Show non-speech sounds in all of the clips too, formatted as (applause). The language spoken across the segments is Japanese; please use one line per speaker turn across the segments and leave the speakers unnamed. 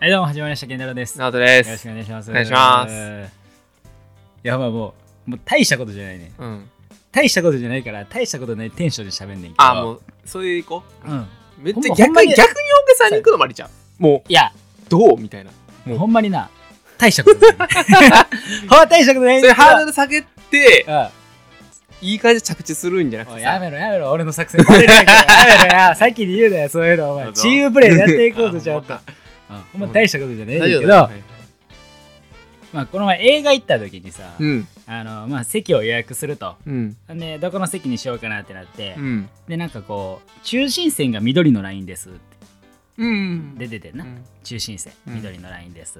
はい、どうも、始まりました、健太郎です。よ
ナオトで
ろしく
す
お。願いします。
お願いします
いや、まあもう、もう大したことじゃないね。
うん。
大したことじゃないから、大したことないテンションで喋んねんけど。
あ、もう、そういう行こう。
うん。
めっ
ほん
ち
ま
ゃ逆
ほんま
に、
に
逆におさんに行くのもありちゃう。も
いや、
う、どうみたいな。
もうほんまにな、大したことない。ほんま大したことない
(laughs) そ
んだけ
れ
ど。
ハードル下げて、
(laughs) うん
いい感じで着地するんじゃなく
お
て
い
さ。
やめろやめろ俺の作戦バレる
(laughs)
やんけやめろや先に言うなよそういうのお前
どうぞ
チームプレーやっていこうとちゃ
(laughs) あ
っと
思た
うんほんま大したことじゃないんだ
大
け
丈夫
ど、
だはい
まあ、この前映画行った時にさ、
うん。
あのまあ、席を予約すると
うん。
でどこの席にしようかなってなって、
うん。
でなんかこう中心線が緑のラインですって
うん。
出ててん
う
な、
ん、
中心線
うん
緑のラインです、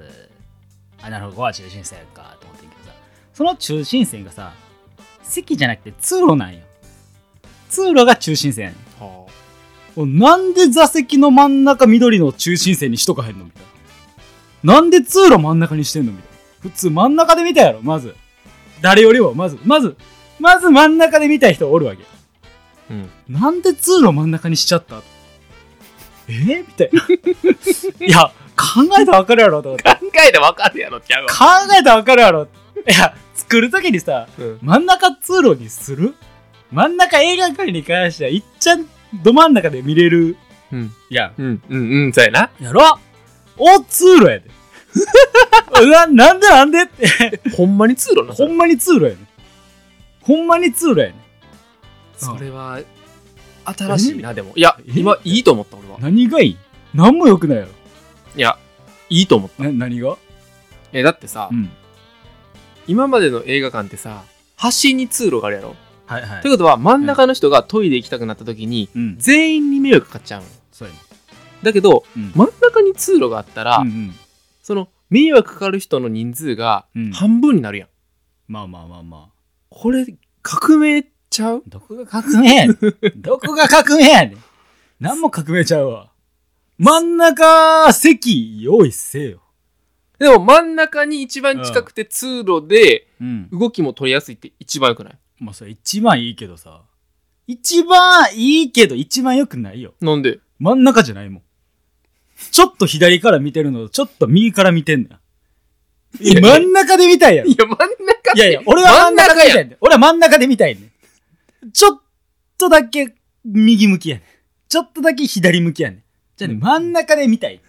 あなるほどここは中心線かと思ってんけどさその中心線がさ席じゃなくて通路なんよ通路が中心線やねん
はあ
おなんで座席の真ん中緑の中心線に人が入るのみたいな。なんで通路真ん中にしてんのみたいな。普通真ん中で見たやろ、まず。誰よりも、まず、まず、まず真ん中で見た人おるわけ。
うん。
なんで通路真ん中にしちゃったえー、みた (laughs) いな。いや、考えたらわかるやろと思って。
考えてわかるやろちゃうわ。
考えたらわかるやろ。いや、作るときにさ、
うん。
真ん中通路にする真ん中映画館に関しては、いっちゃんど真ん中で見れる
うん。
やん。
うん。うん。うん。そうやな。
やろお通路 (laughs) やで。ななんでなんでって。
ほんまに通路な
ほんまに通路やねん。ほんまに通路やねん。
それは、新しいな、でも。いや、
え
今、いいと思った、俺は。
何がいい何も良くないやろ。
いや、いいと思った。
な何が
え、だってさ
う、ん。
今までの映画館ってさ、端に通路があるやろ。
はいは
ということは真ん中の人がトイレ行きたくなった時に
うん。
全員に迷惑かかっちゃうの
そうやね。
だけど
うん。
真ん中に通路があったら、
うんうん
その迷惑かかる人の人数が
うん
半分になるやん、
まあまあまあまあ。
これ革命ちゃう
どこが革命やねん。 (laughs) どこが革命やねん。何も革命ちゃうわ。真ん中席用意せよ。
でも真ん中に一番近くて通路で
うん。
動きも取りやすいって一番よくない
まあそれ一番いいけどさ。一番いいけど一番良くないよ。
なんで
真ん中じゃないもん。ちょっと左から見てるのと、ちょっと右から見てんのよ。
いや
真ん中で見たいやろ。
い
い
や真ん中って
やいや、 (laughs) 俺は真ん中で見た
やん
いねん。俺は真ん中で見たいねん。ちょっとだけ右向きやねん。ちょっとだけ左向きやねん。じゃあね、真ん中で見たい。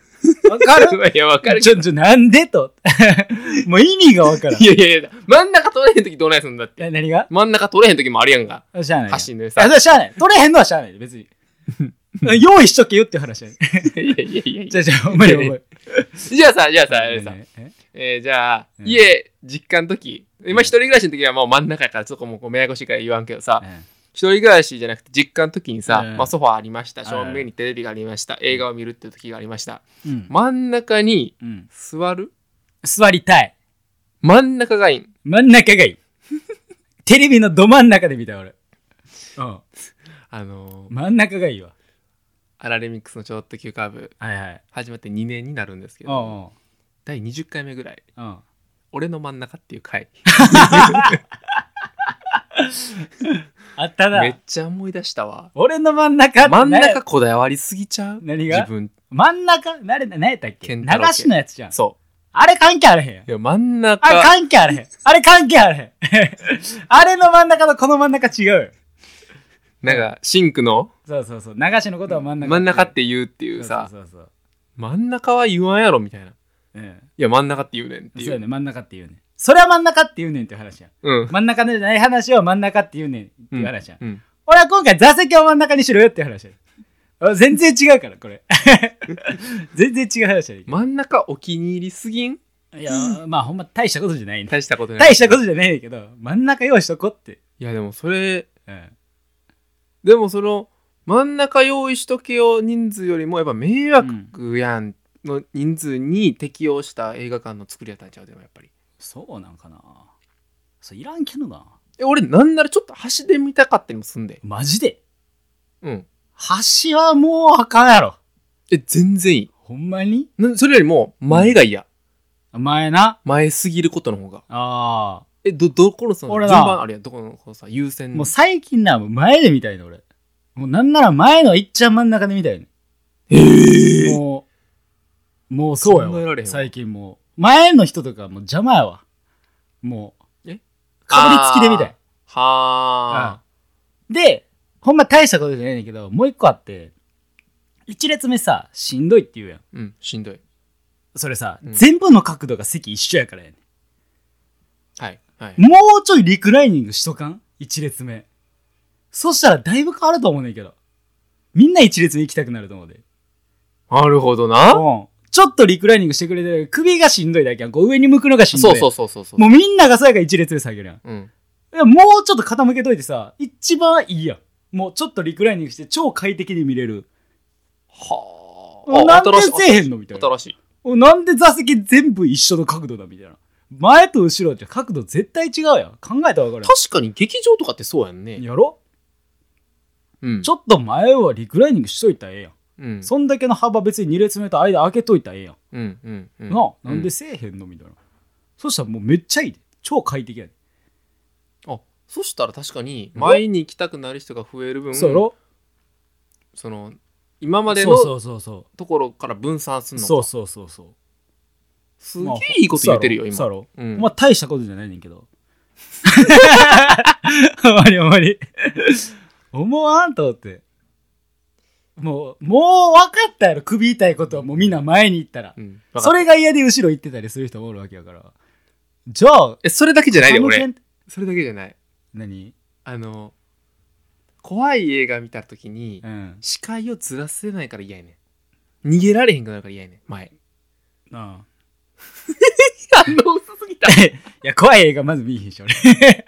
わかる
(laughs) いやわかる
ちょ、ちょ、なんでと。 (laughs) もう意味がわからん。
いやいやいや真ん中取れへん時どうないすんだって
え何が
真ん中取れへん時もあるやんが
しゃあない。
端の
あ、
さ
それしゃあない。取れへんのはしゃあないで、別
(laughs)
に。用意しとけよっていう話やね。
いやいやいやい
じゃあ
や
じゃあ、お前お前。
(laughs) じゃあさじゃあさあれさ
え
えーじゃあ、
うん
家、実家の時、
うん
今一人暮らしの時はもう真ん中やからそこもこうややこしいから言わんけどさ、
え
一人暮らしじゃなくて実家の時にさ、
うん
まあソファーありました、
はいはい
正面にテレビがありました、映画を見るっていう時がありました。
うん
真ん中に
うん
座る
座りたい。
真ん中がいいん。
真ん中
(laughs)
がいい。テレビのど真ん中で見た俺。うん。
あのー、
真ん中がいいわ。
アラレミックスのちょっと急カーブ、
はいはい。
始まって2年になるんですけ
う
ど、
んうん。
第20回目ぐらい、
うん。
俺の真ん中っていう回、
あった
めっ
な。
ちゃ思い出したわ。
俺の真ん中って
真ん中
な
こだわりすぎちゃう
何が
自分。
真ん中なれな、何やったっけ
ケ
流
ンタロウ家
しのやつじゃん。
そ
あれ関係あれへんやん
う。い。や、真ん
あれ
中、
関係あれへん。あれ関係あれへん。 (laughs) あれの真ん中とこの真ん中違うよ。
なんか、シンクの
そうそうそう。流しのことは真ん中。
真ん中って言うってい
言
うさ
そうそうそう
真ん中は言わんやろみたいない
そう。うん。
や真ん中って言うねんって
そう
いう
よね、真ん中って言うねん。それは真ん中って言うねんっていう話やん。
うん
真ん中でない話を真ん中って言うねんっていう話やん。
うん
俺は今回座席を真ん中にしろよっていう話やあ全然違うからこ
(laughs)
れ全然違う話やね
真ん中お気に入りすぎん
いやまあほんま大したことじゃないね
大したことない
大したことじゃないねんけど真ん中用意しとこって、
いやでもそれ
うん、
でもその真ん中用意しとけよ人数よりもやっぱ迷惑やんの人数に適用した映画館の作りやったんちゃうでもやっぱり
そうなんかなそういらんけどな
え俺なんならちょっと端で見たかったりもすんで
マジで
うん
橋はもうあかんやろ
え全然いい
ほんまに
なそれよりも前が嫌
前な
前すぎることの方が
あ
えどどこのその
俺
順
な
番あるやんどこのこうさ優
あ
先
もう最近なもう前で見たいの俺もうなんなら前のいっちゃん真ん中で見たいの
ええ
ももうそうや
考えら
わ
れへんわ
最近もう前の人とかもう邪魔やわもう
え
かぶりつきでみたい
はあ、
でほんま大したことじゃないねんだけどもう一個あって一列目さしんどいって言うやん
うん、しんどい。
それさ、
うん
全部の角度が席一緒やからやね
はい、はい。
んもうちょいリクライニングしとかん一列目そしたらだいぶ変わると思うねんけどみんな一列目行きたくなると思うで
なるほどな。
うんちょっとリクライニングしてくれてる首がしんどいだけやんこう上に向くのがしんどい
そうそうそうそうそう。
もうみんながそうやから一列で下げるやん
うん。
いやもうちょっと傾けといてさ一番いいやんもうちょっとリクライニングして超快適に見れる
は
もう
あ
な
あ。
んでせえへんのみたいな
新しい。
もうなんで座席全部一緒の角度だみたいな前と後ろって角度絶対違うやん考えたら分かる
確かに劇場とかってそうやんね
やん。やろ
うん
ちょっと前はリクライニングしといたらええやん、
うん。
そんだけの幅別に2列目と間開けといたらええやん、
うん。うん。うん
なあなんで
う
せえへんのみたいなそしたらもうめっちゃいいで超快適やで、
あ、そしたら確かに、前に行きたくなる人が増える分、
そうやろ
その、今まで
そう
の
そうそうそう
ところから分散するのか。
そうそうそうそう
すげえいいこと言ってるよ、
そうや
今。
ろ
うん
まあ大したことじゃないねんけど。 (laughs) あまりあまり。思わんと思って。もう、もう分かったやろ、首痛いことはもうみんな前に行ったら。
うん。
そ
それ、
れが嫌で後ろ行ってたりする人もおるわけやから。じゃあ、
え、それだけじゃないで、
あ
俺。
の件
それだけじゃない。
何
あの、怖い映画見たときに
う、ん。
視界をずらせないから嫌やねん。逃げられへんくなるから嫌やねん、前。
ああ (laughs)
反応薄すぎた。
いや、怖い映画まず見えへんし、俺。
(laughs)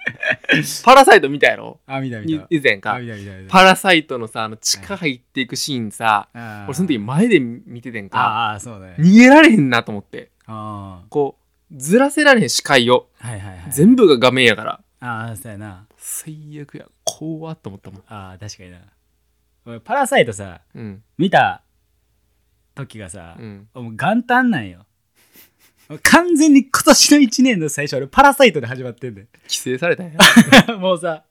パラサイト見たやろ
あ、見た見
に
た。
以前
あ、
か。
見た見た見た。
パラサイトのさ、あの、地下入っていくシーンさ、
ああ
俺その時前で見ててんか、
ああ、そうだね。
逃げられへんなと思って。
あ
こう、ずらせられへん視界を。
あ。はいはいはい。
全部が画面やから。
ああ、そうやな。
最悪や。怖っと思ったもん。
ああ、確かにな。俺、パラサイトさ、
うん。
見た時がさ
う、ん。
もう元旦なんよ完全に今年の1年の最初俺パラサイトで (laughs) 始まってんだよ
規制されたんや。
もうさ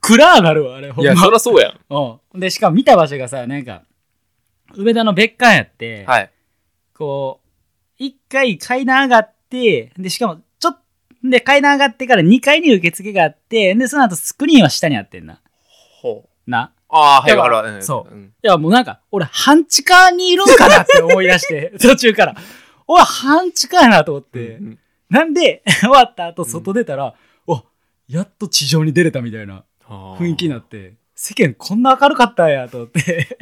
暗なるわあれほ
い
ん
や、
ま
そらそうやん。
うんでしかも見た場所がさなんか梅田の別館やって、
はい。
こう一回階段上がってでしかもちょっで階段上がってから2階に受付があってでその後スクリーンは下にあってんな
ほう。
な
ああ、はい、
だか
わ
ら
かるわ。ん
そう
うん。
いや、もうなんか、俺、半地下にいるんかなって思い出
(laughs)
して、途中から。おい、半地下やなと思って。
うん
なんで、 (laughs) 終わった後、外出たら、おやっと地上に出れたみたいな雰囲気になって、世間こんな明るかったんやと思って。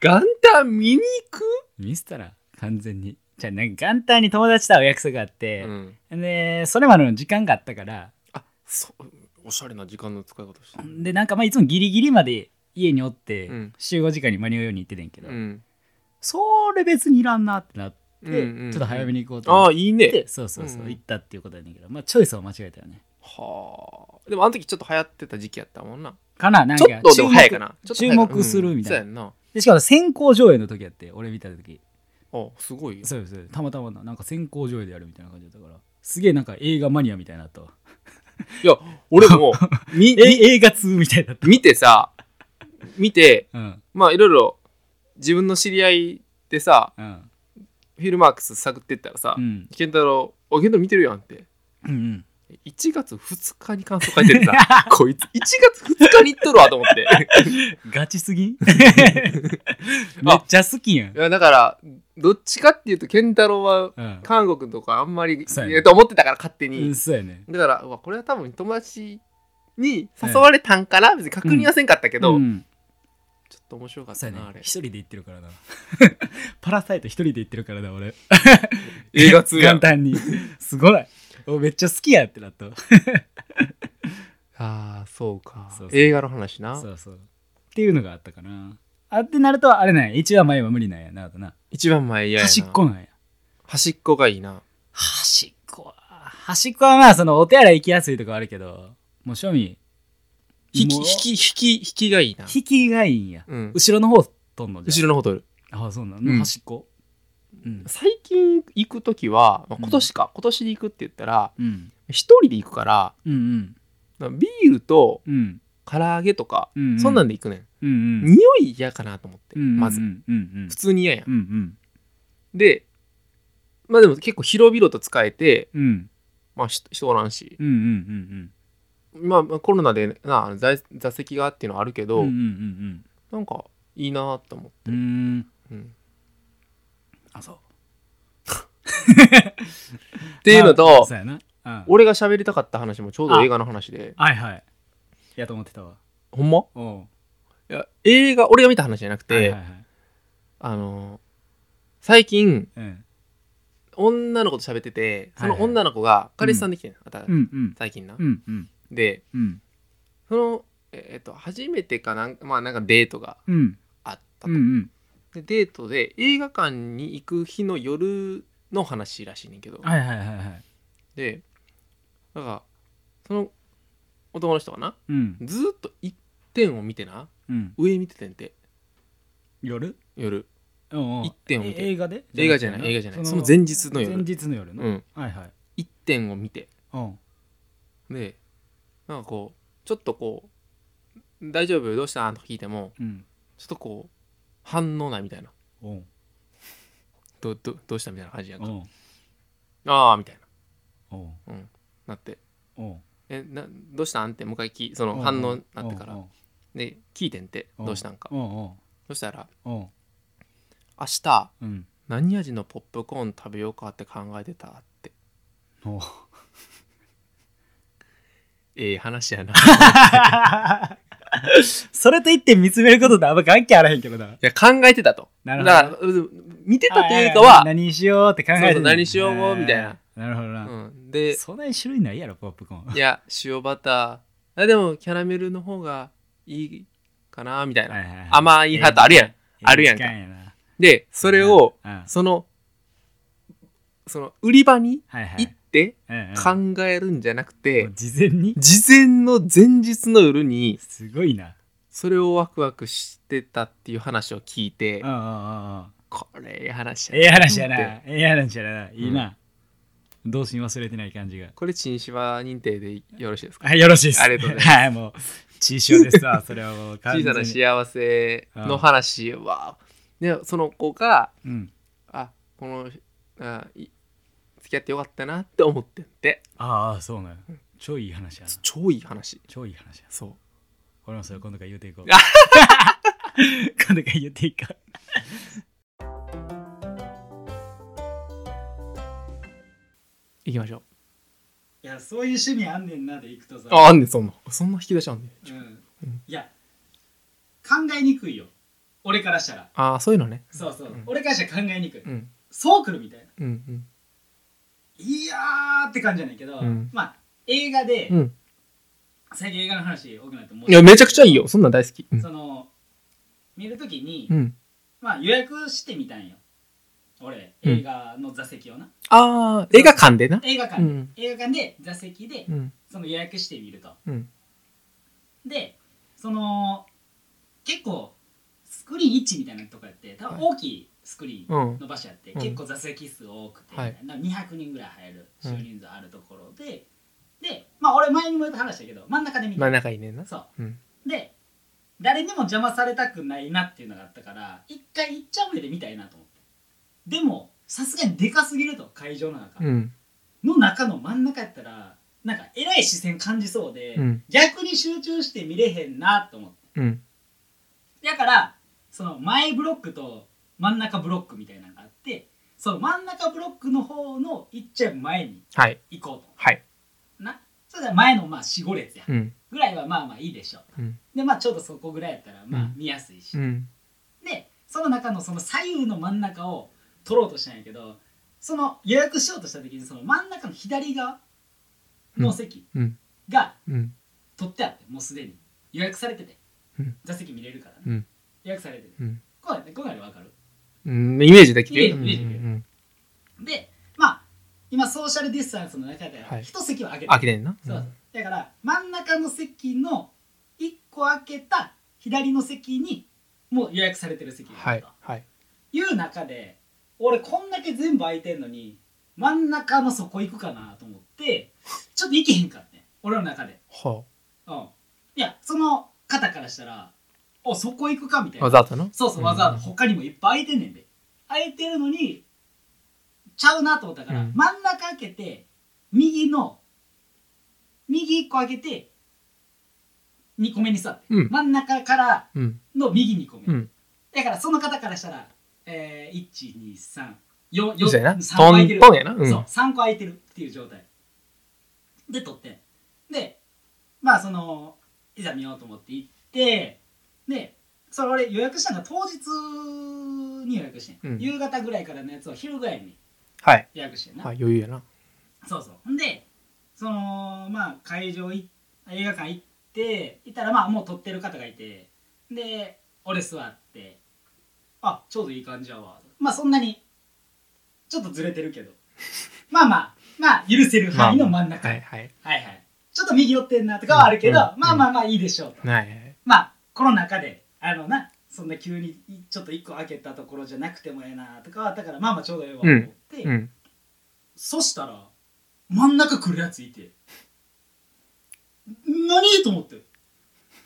元旦 (laughs) 見に行く
見せたら、完全に。じゃあ、なんか元旦に友達と会う約束があって、
ん。
で、それまでの時間があったから、
あ、そう。おしゃれな時間の使い方してる。
で、なんかまあ、いつもギリギリまで家におって、
うん
集合時間に間に合うように行ってたんやけど、
うん。
それ別にいらんなってなって、
うんうん
ちょっと早めに行こうと思って
ああ、いいね。
でそうそうそう、
うん
行ったっていうことやねんけどまあチョイスを間違えたよね
はあ。でもあの時ちょっと流行ってた時期やったもんな。
かななん
ち
か
ょっとでも早いかな。
注目注目するみたいな、
な。うんそうやんな。
でしかも先行上映の時やって俺見た時
あ、すごいよ。
そうですそうですたまたまななんか先行上映でやるみたいな感じだったからすげえなんか映画マニアみたいになったわ
いや、
(laughs)
俺も、み、
え
み
映画通みたいだった
見てさ、見て、
うん
まあいろいろ自分の知り合いでさ、
うん
フィルマークス探ってったらさ
う、ん
健太郎、あ、健太郎見てるやんって。
うん
1月2日に感想書いてるさ、こいつ、1月2日に行っとるわと
(laughs)
思って。
うん (laughs) ガチすぎ
(laughs)
ん
あ
めっちゃ好きやん
いやだから、どっちかっていうと、健太郎は
うん
韓国とかあんまり、
そうや
え
ね
えと思ってたから勝手
う
に
ん。そうやね
だから、うわこれは多分友達に誘われたんかな、別に確認はせんかったけど、
うん、
ちょっと面白かっ
そ
た
うや
な、あ
ね (laughs)
れ
一。人で行ってるからなパラサイト一人で行ってるからな俺
映画通やん
簡。単にすごいおめっちゃ好きやってなった
ああそうか
そうそう
映画の話な
そうそう。っていうのがあったかな。あってなると、あれなんや。一話前は無理なんやな、あとな。
一番前嫌やな
端っこなんや。
端っこがいいな
端っこは、端っこはまあ、その、お手洗い行きやすいとかはあるけど、もう、庶民、
引き
もう
引き引き引きがいいな、
引きがいいんや。
うん、
後ろの方とんのじ
後
ゃ
ろの方取る
あ。ああ、そうな
うん
の。端っこ。うん。
最近行く時は、まあ
うん
今年か、今年で行くって言ったら
うん。
一人で行くから
うんうん。
ビールと
うん。
唐揚げとか、
うん。
そんなん
で。
で行くねん
うんうん
匂い嫌かなと思っ
う
て、
ん
まず
うんうん
普通に嫌やん、
うんうん
でまあでも結構広々と使えて
うんうん
まあし人おらんし
うんうん
まあまあコロナでなあの座座席がっていうのはあるけ
うんうん
ど、
うんうん
なんかいいなと思って、
うんうん
うん
あそう
っていうの
まあ
と
そうやなうん
俺が喋りたかった話もちょうど映画の話で
はいはいいやと思ってたわ
ほんま
おう
いや映画俺が見た話じゃなくて、
はいはいはい
あの最近
うん
女の子と喋っててそ
は
の
いはい
女の子が彼氏さんできてん、また
うんうん
最近な、
うんうん
で
うん
そのえーっと初めてかなんかまあなんかデートが
うん
あったと、
うんうん
でデートで映画館に行く日の夜の話らしいねんけど、
はいはいはいはい
でなんかその男の人がな
うん
ずーっと一点を見てな
うん
上見ててんて
夜
夜
おうおう
一点を見て
映画で
映画じゃない映画じゃないその前日の夜
前日の夜
う
の
ん
はいはい
一点を見て
うん
でなんかこうちょっとこう「大丈夫どうしたん?」とか聞いても
うん
ちょっとこう反応ないみたいな
おう
「どどどうした?」みたいな感じやんか
おう
「ああ」みたいな
おう
なって
おう
「えなどうしたん?」ってもう一回きそ
お
の
う
反応になってから
おう
で聞いてんて
おう
どうしたんか
おうお
そしたら
うおう
「明日
うん
何味のポップコーン食べようかって考えてた」って (laughs)
おう (laughs)
ええ話
(laughs)
やない
それと一点見つめることとあんま関係あらへんけどな
や考えてたと
な
だ
る
か
ほど
らうん見てたというか
は
は
何しようって考えて
そうそう何しようもみたいな
なるほどな、
うんで
そんなに種類ないやろポップコーン
いや塩バターあでもキャラメルの方がいいかなみたいな、
はいはいはい
甘いハートあるやん、あるやんか
時間な
でそれを、
うんうん
そのその売り場に
はいはい
行って
うんうん
考えるんじゃなくて、
もう事前に
事前の前日の夜に
すごいな
それをワクワクしてたっていう話を聞いて、
うんうんうんうん
これええ話
ええ話やな
と思って
ええ話やな、いいな童心忘れてない感じが
これ陳芝認定でよろしいですか
はいよろしいです
ありがとうございま
(laughs)
す
はいもう小さですわそれはもう完
小
全に
さな幸せの話は、でその子が
うん
あこのあい付き合ってよかったなって思ってんて
ああそうなの超いい話やな
超いい話
超いい話や
そう
俺もそれ今度から言うていこう
あ
(laughs) 今度から言うていこう
行きましょう
いやそういう趣味あんねんなでいくとさ
ああんねんそんなそんな引き出しあんねん
うん、いや考えにくいよ俺からしたら
ああそういうのね
そうそう、
うん
俺からしたら考えにくい、
うん
そうくるみたいな
うん
いやーって感じじゃないけど、
うん
まあ映画で、
うんうん
最近映画の話多くなって申し訳ない
いやめちゃくちゃいいよそんなん大好きうん
その見るときに、
うん
まあ予約してみたんよ俺
うん
映画の座席をな、
ああ映画館でな
映画
う
館、
ん
映画館で座席で
うん
その予約してみると
うん
でその結構スクリーン1みたいなとこやって多分大きいスクリーン
うん
の場所やって、
うん
結構座席数多くて、
はい
なんか200人ぐらい入る収
うん
人数あるところで、でまあ俺前にも話したけど真ん中で見
まあ
た
仲いいねんな
そう
うん
で誰にも邪魔されたくないなっていうのがあったから一回行っちゃう目で見たいなと思ってでもさすがにでかすぎると会場の中、
うん
の中の真ん中やったらなんかえらい視線感じそうで、
うん
逆に集中して見れへんなと思って
うん
だからその前ブロックと真ん中ブロックみたいなのがあってその真ん中ブロックの方の行っちゃう前に
はい
行こう
はい
となそれで前のまあ45列や
うん
ぐらいはまあまあいいでしょう
うん
でまあちょうどそこぐらいやったらま
う
あ
ん
見やすいし、
うん
でその中のその左右の真ん中を取ろうとしたんやけどその予約しようとした時にその真ん中の左側の席
うん
が
うん
取ってあってもうすでに予約されてて、
うん
座席見れるから、ね
うん
予約されてて
うん
こうやってこうやってわかる
うんイメージできて
イ
る
メージできてる
うん
でまあ今ソーシャルディスタンスの中で
はい
一席は空けてる、
開けてんな
そうだから真ん中の席の一個空けた左の席にもう予約されてる席があ
は
る
い
と、
はい
いう中で俺こんだけ全部空いてんのに真ん中のそこ行くかなと思ってちょっと行けへんかって俺の中で
は
うんいやその方からしたらおそこ行くかみたいな
わざとな
そうそう、
うん
わざわざ他にもいっぱい空いてんねんで。空いてるのに、ちゃうなと思ったから、
うん
真ん中開けて、右の、右1個開けて、2個目に座って。
うん
真ん中から
うん
の右2個目。
うん
だからその方からしたら、えー、1、2、3、4、
そうや
4
な
3個
ト
開いてる
ン。トンやなうん
そう、3個空いてるっていう状態。で、取って。で、まあ、その、いざ見ようと思って行って、で、それ俺予約したのが当日に予約してん、
うん
夕方ぐらいからのやつを昼ぐらいに
はい
予約してんな。
はい余裕やな
そうそう。ほんで、その、まあ、会場い、映画館行って、いたら、まあ、もう撮ってる方がいて、で、俺座って、あ、ちょうどいい感じやわ。まあ、そんなに、ちょっとずれてるけ
(laughs)
ど、まあまあ、まあ、許せる範囲の真ん中。
はいはい
はいはい。ちょっと右寄ってんなとかはあるけど、
うんうん
まあまあまあ、いいでしょうと。
はいはい
まあ、この中で、あのな、そんな急にちょっと一個開けたところじゃなくてもええなとかはあったから、まあまあちょうどええわと思って、
うん
そしたら、真ん中来るやついて。何と思って。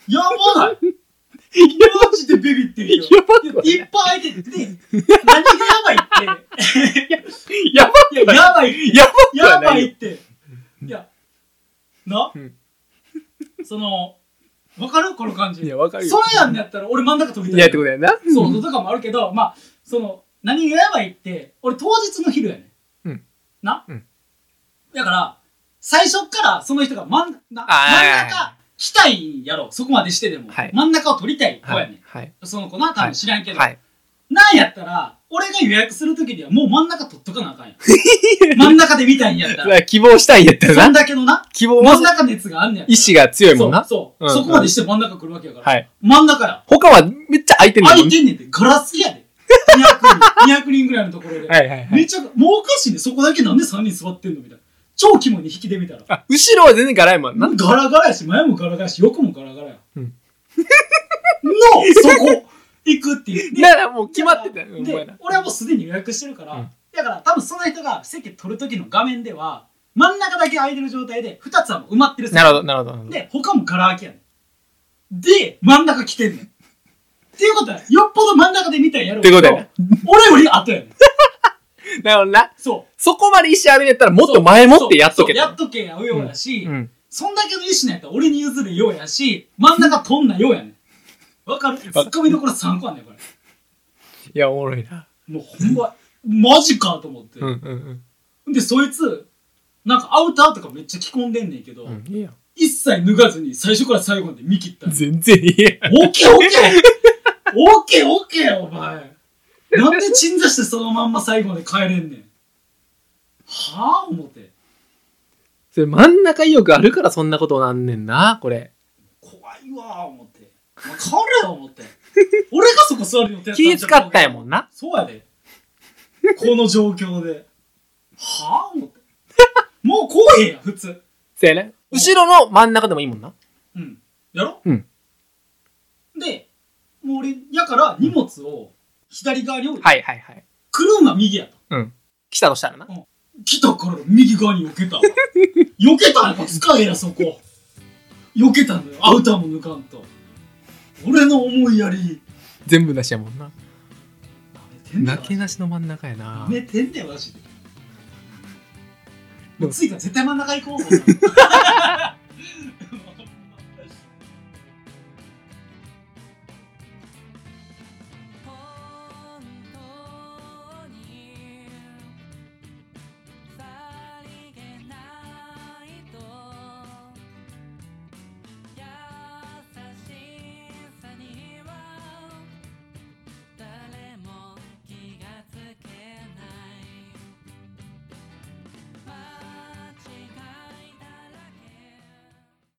やばないマジでビビってるよ。
(laughs) やばくはない
いっぱい入ってて、で何がやばいって。
やば
いや、やばいって。
や
や
ばくは
ば
な
い
いよ
って。いや、な
うん、
その、わかるこの感じ。
いやわかる
そ
よ
うやんのやったら俺真ん中飛び
い
た
や
い。
ってことやな
そうそうとかもあるけど、まあ、その、何がやばいって、俺当日の昼やねん。
うん
な、
うん
だから、最初っからその人が真んな
あー
真ん中来たいんやろ、そこまでしてでも。
はい
真ん中を取りたい子
は
やねん。
いはい
その子な、多分知らんけど。
はい
なんやったら、俺が予約するときにはもう真ん中取っとかなあかんやん。
(laughs)
真ん中で見たいんやった。
だからら希望したいんやった
そ
ら
ん
な
だけのな、
希望
真ん中熱があんねやったら。
意志が強いもんな
そう、そう
うん
そこまでして真ん中来るわけやから。
はい
真ん中や。
他はめっちゃ空いてる
空いてんねんて、ガラスやで。200人、200人ぐらいのところで。
はいはいはい
めっちゃ、もうおかしいね。そこだけなんで3人座ってんのみたいな。超肝に引きで見たら。
あ後ろは全然辛いもんな
ガラガラやし、前もガラガラやし、横もガラガラや。
うん
の、そこ、行くっていう。で
ならもう決まってたよ
で
お前ら
俺はもうすでに予約してるから、
うん
だから多分その人が席取る時の画面では、真ん中だけ空いてる状態で、2つはもう埋まってる席
なるほどなるほどなるほど
で、他もガラ空きやねん。で、真ん中来てんねん。っていうことは、よっぽど真ん中で見たんやろうけど
ってことや
俺より後やねん。
なるほどな
そう。
そこまで意思あるんやったらもっと前もってやっとけ
そうそうやっ
と
とけやようやし、
うん
そんだけの意思なんやったら俺に譲るようやし、真ん中取んなようやねん。わかるツッコミどころ3個あんねん、これ。
いやおもろいな
もうほんま、マジかと思って。
うんうん
で、そいつ、なんかアウターとかめっちゃ着込んでんねんけど、
うんうんいいやん
一切脱がずに最初から最後まで見切ったん
全然いいやん
オッケーオッケーオッケーオッケーお前なんで鎮座してそのまんま最後まで帰れんねんはあ思って
それ真ん中意欲あるからそんなことなんねんなこれ
怖いわ思ってお前帰れよ思って俺がそこ座る予定やん
気
ちゃう
使ったやもんな
そうやでこの状況ではあ思ってもうこうへんや普通
そうやね後ろの真ん中でもいいもんな
うんやろ
うん
でもう俺やから荷物を左側に置いて、
はいはいはい
来るんは右やと
来たとしたらな
来たから右側に避 (laughs) けたわ避けたんか使えやそこ避けたのよアウターも抜かんと俺の思いやり
全部なしやもんな
なめてんね
なけなしの真ん中やな
なめてんねマジで
で
も
も
う次から絶対真ん中行こうもう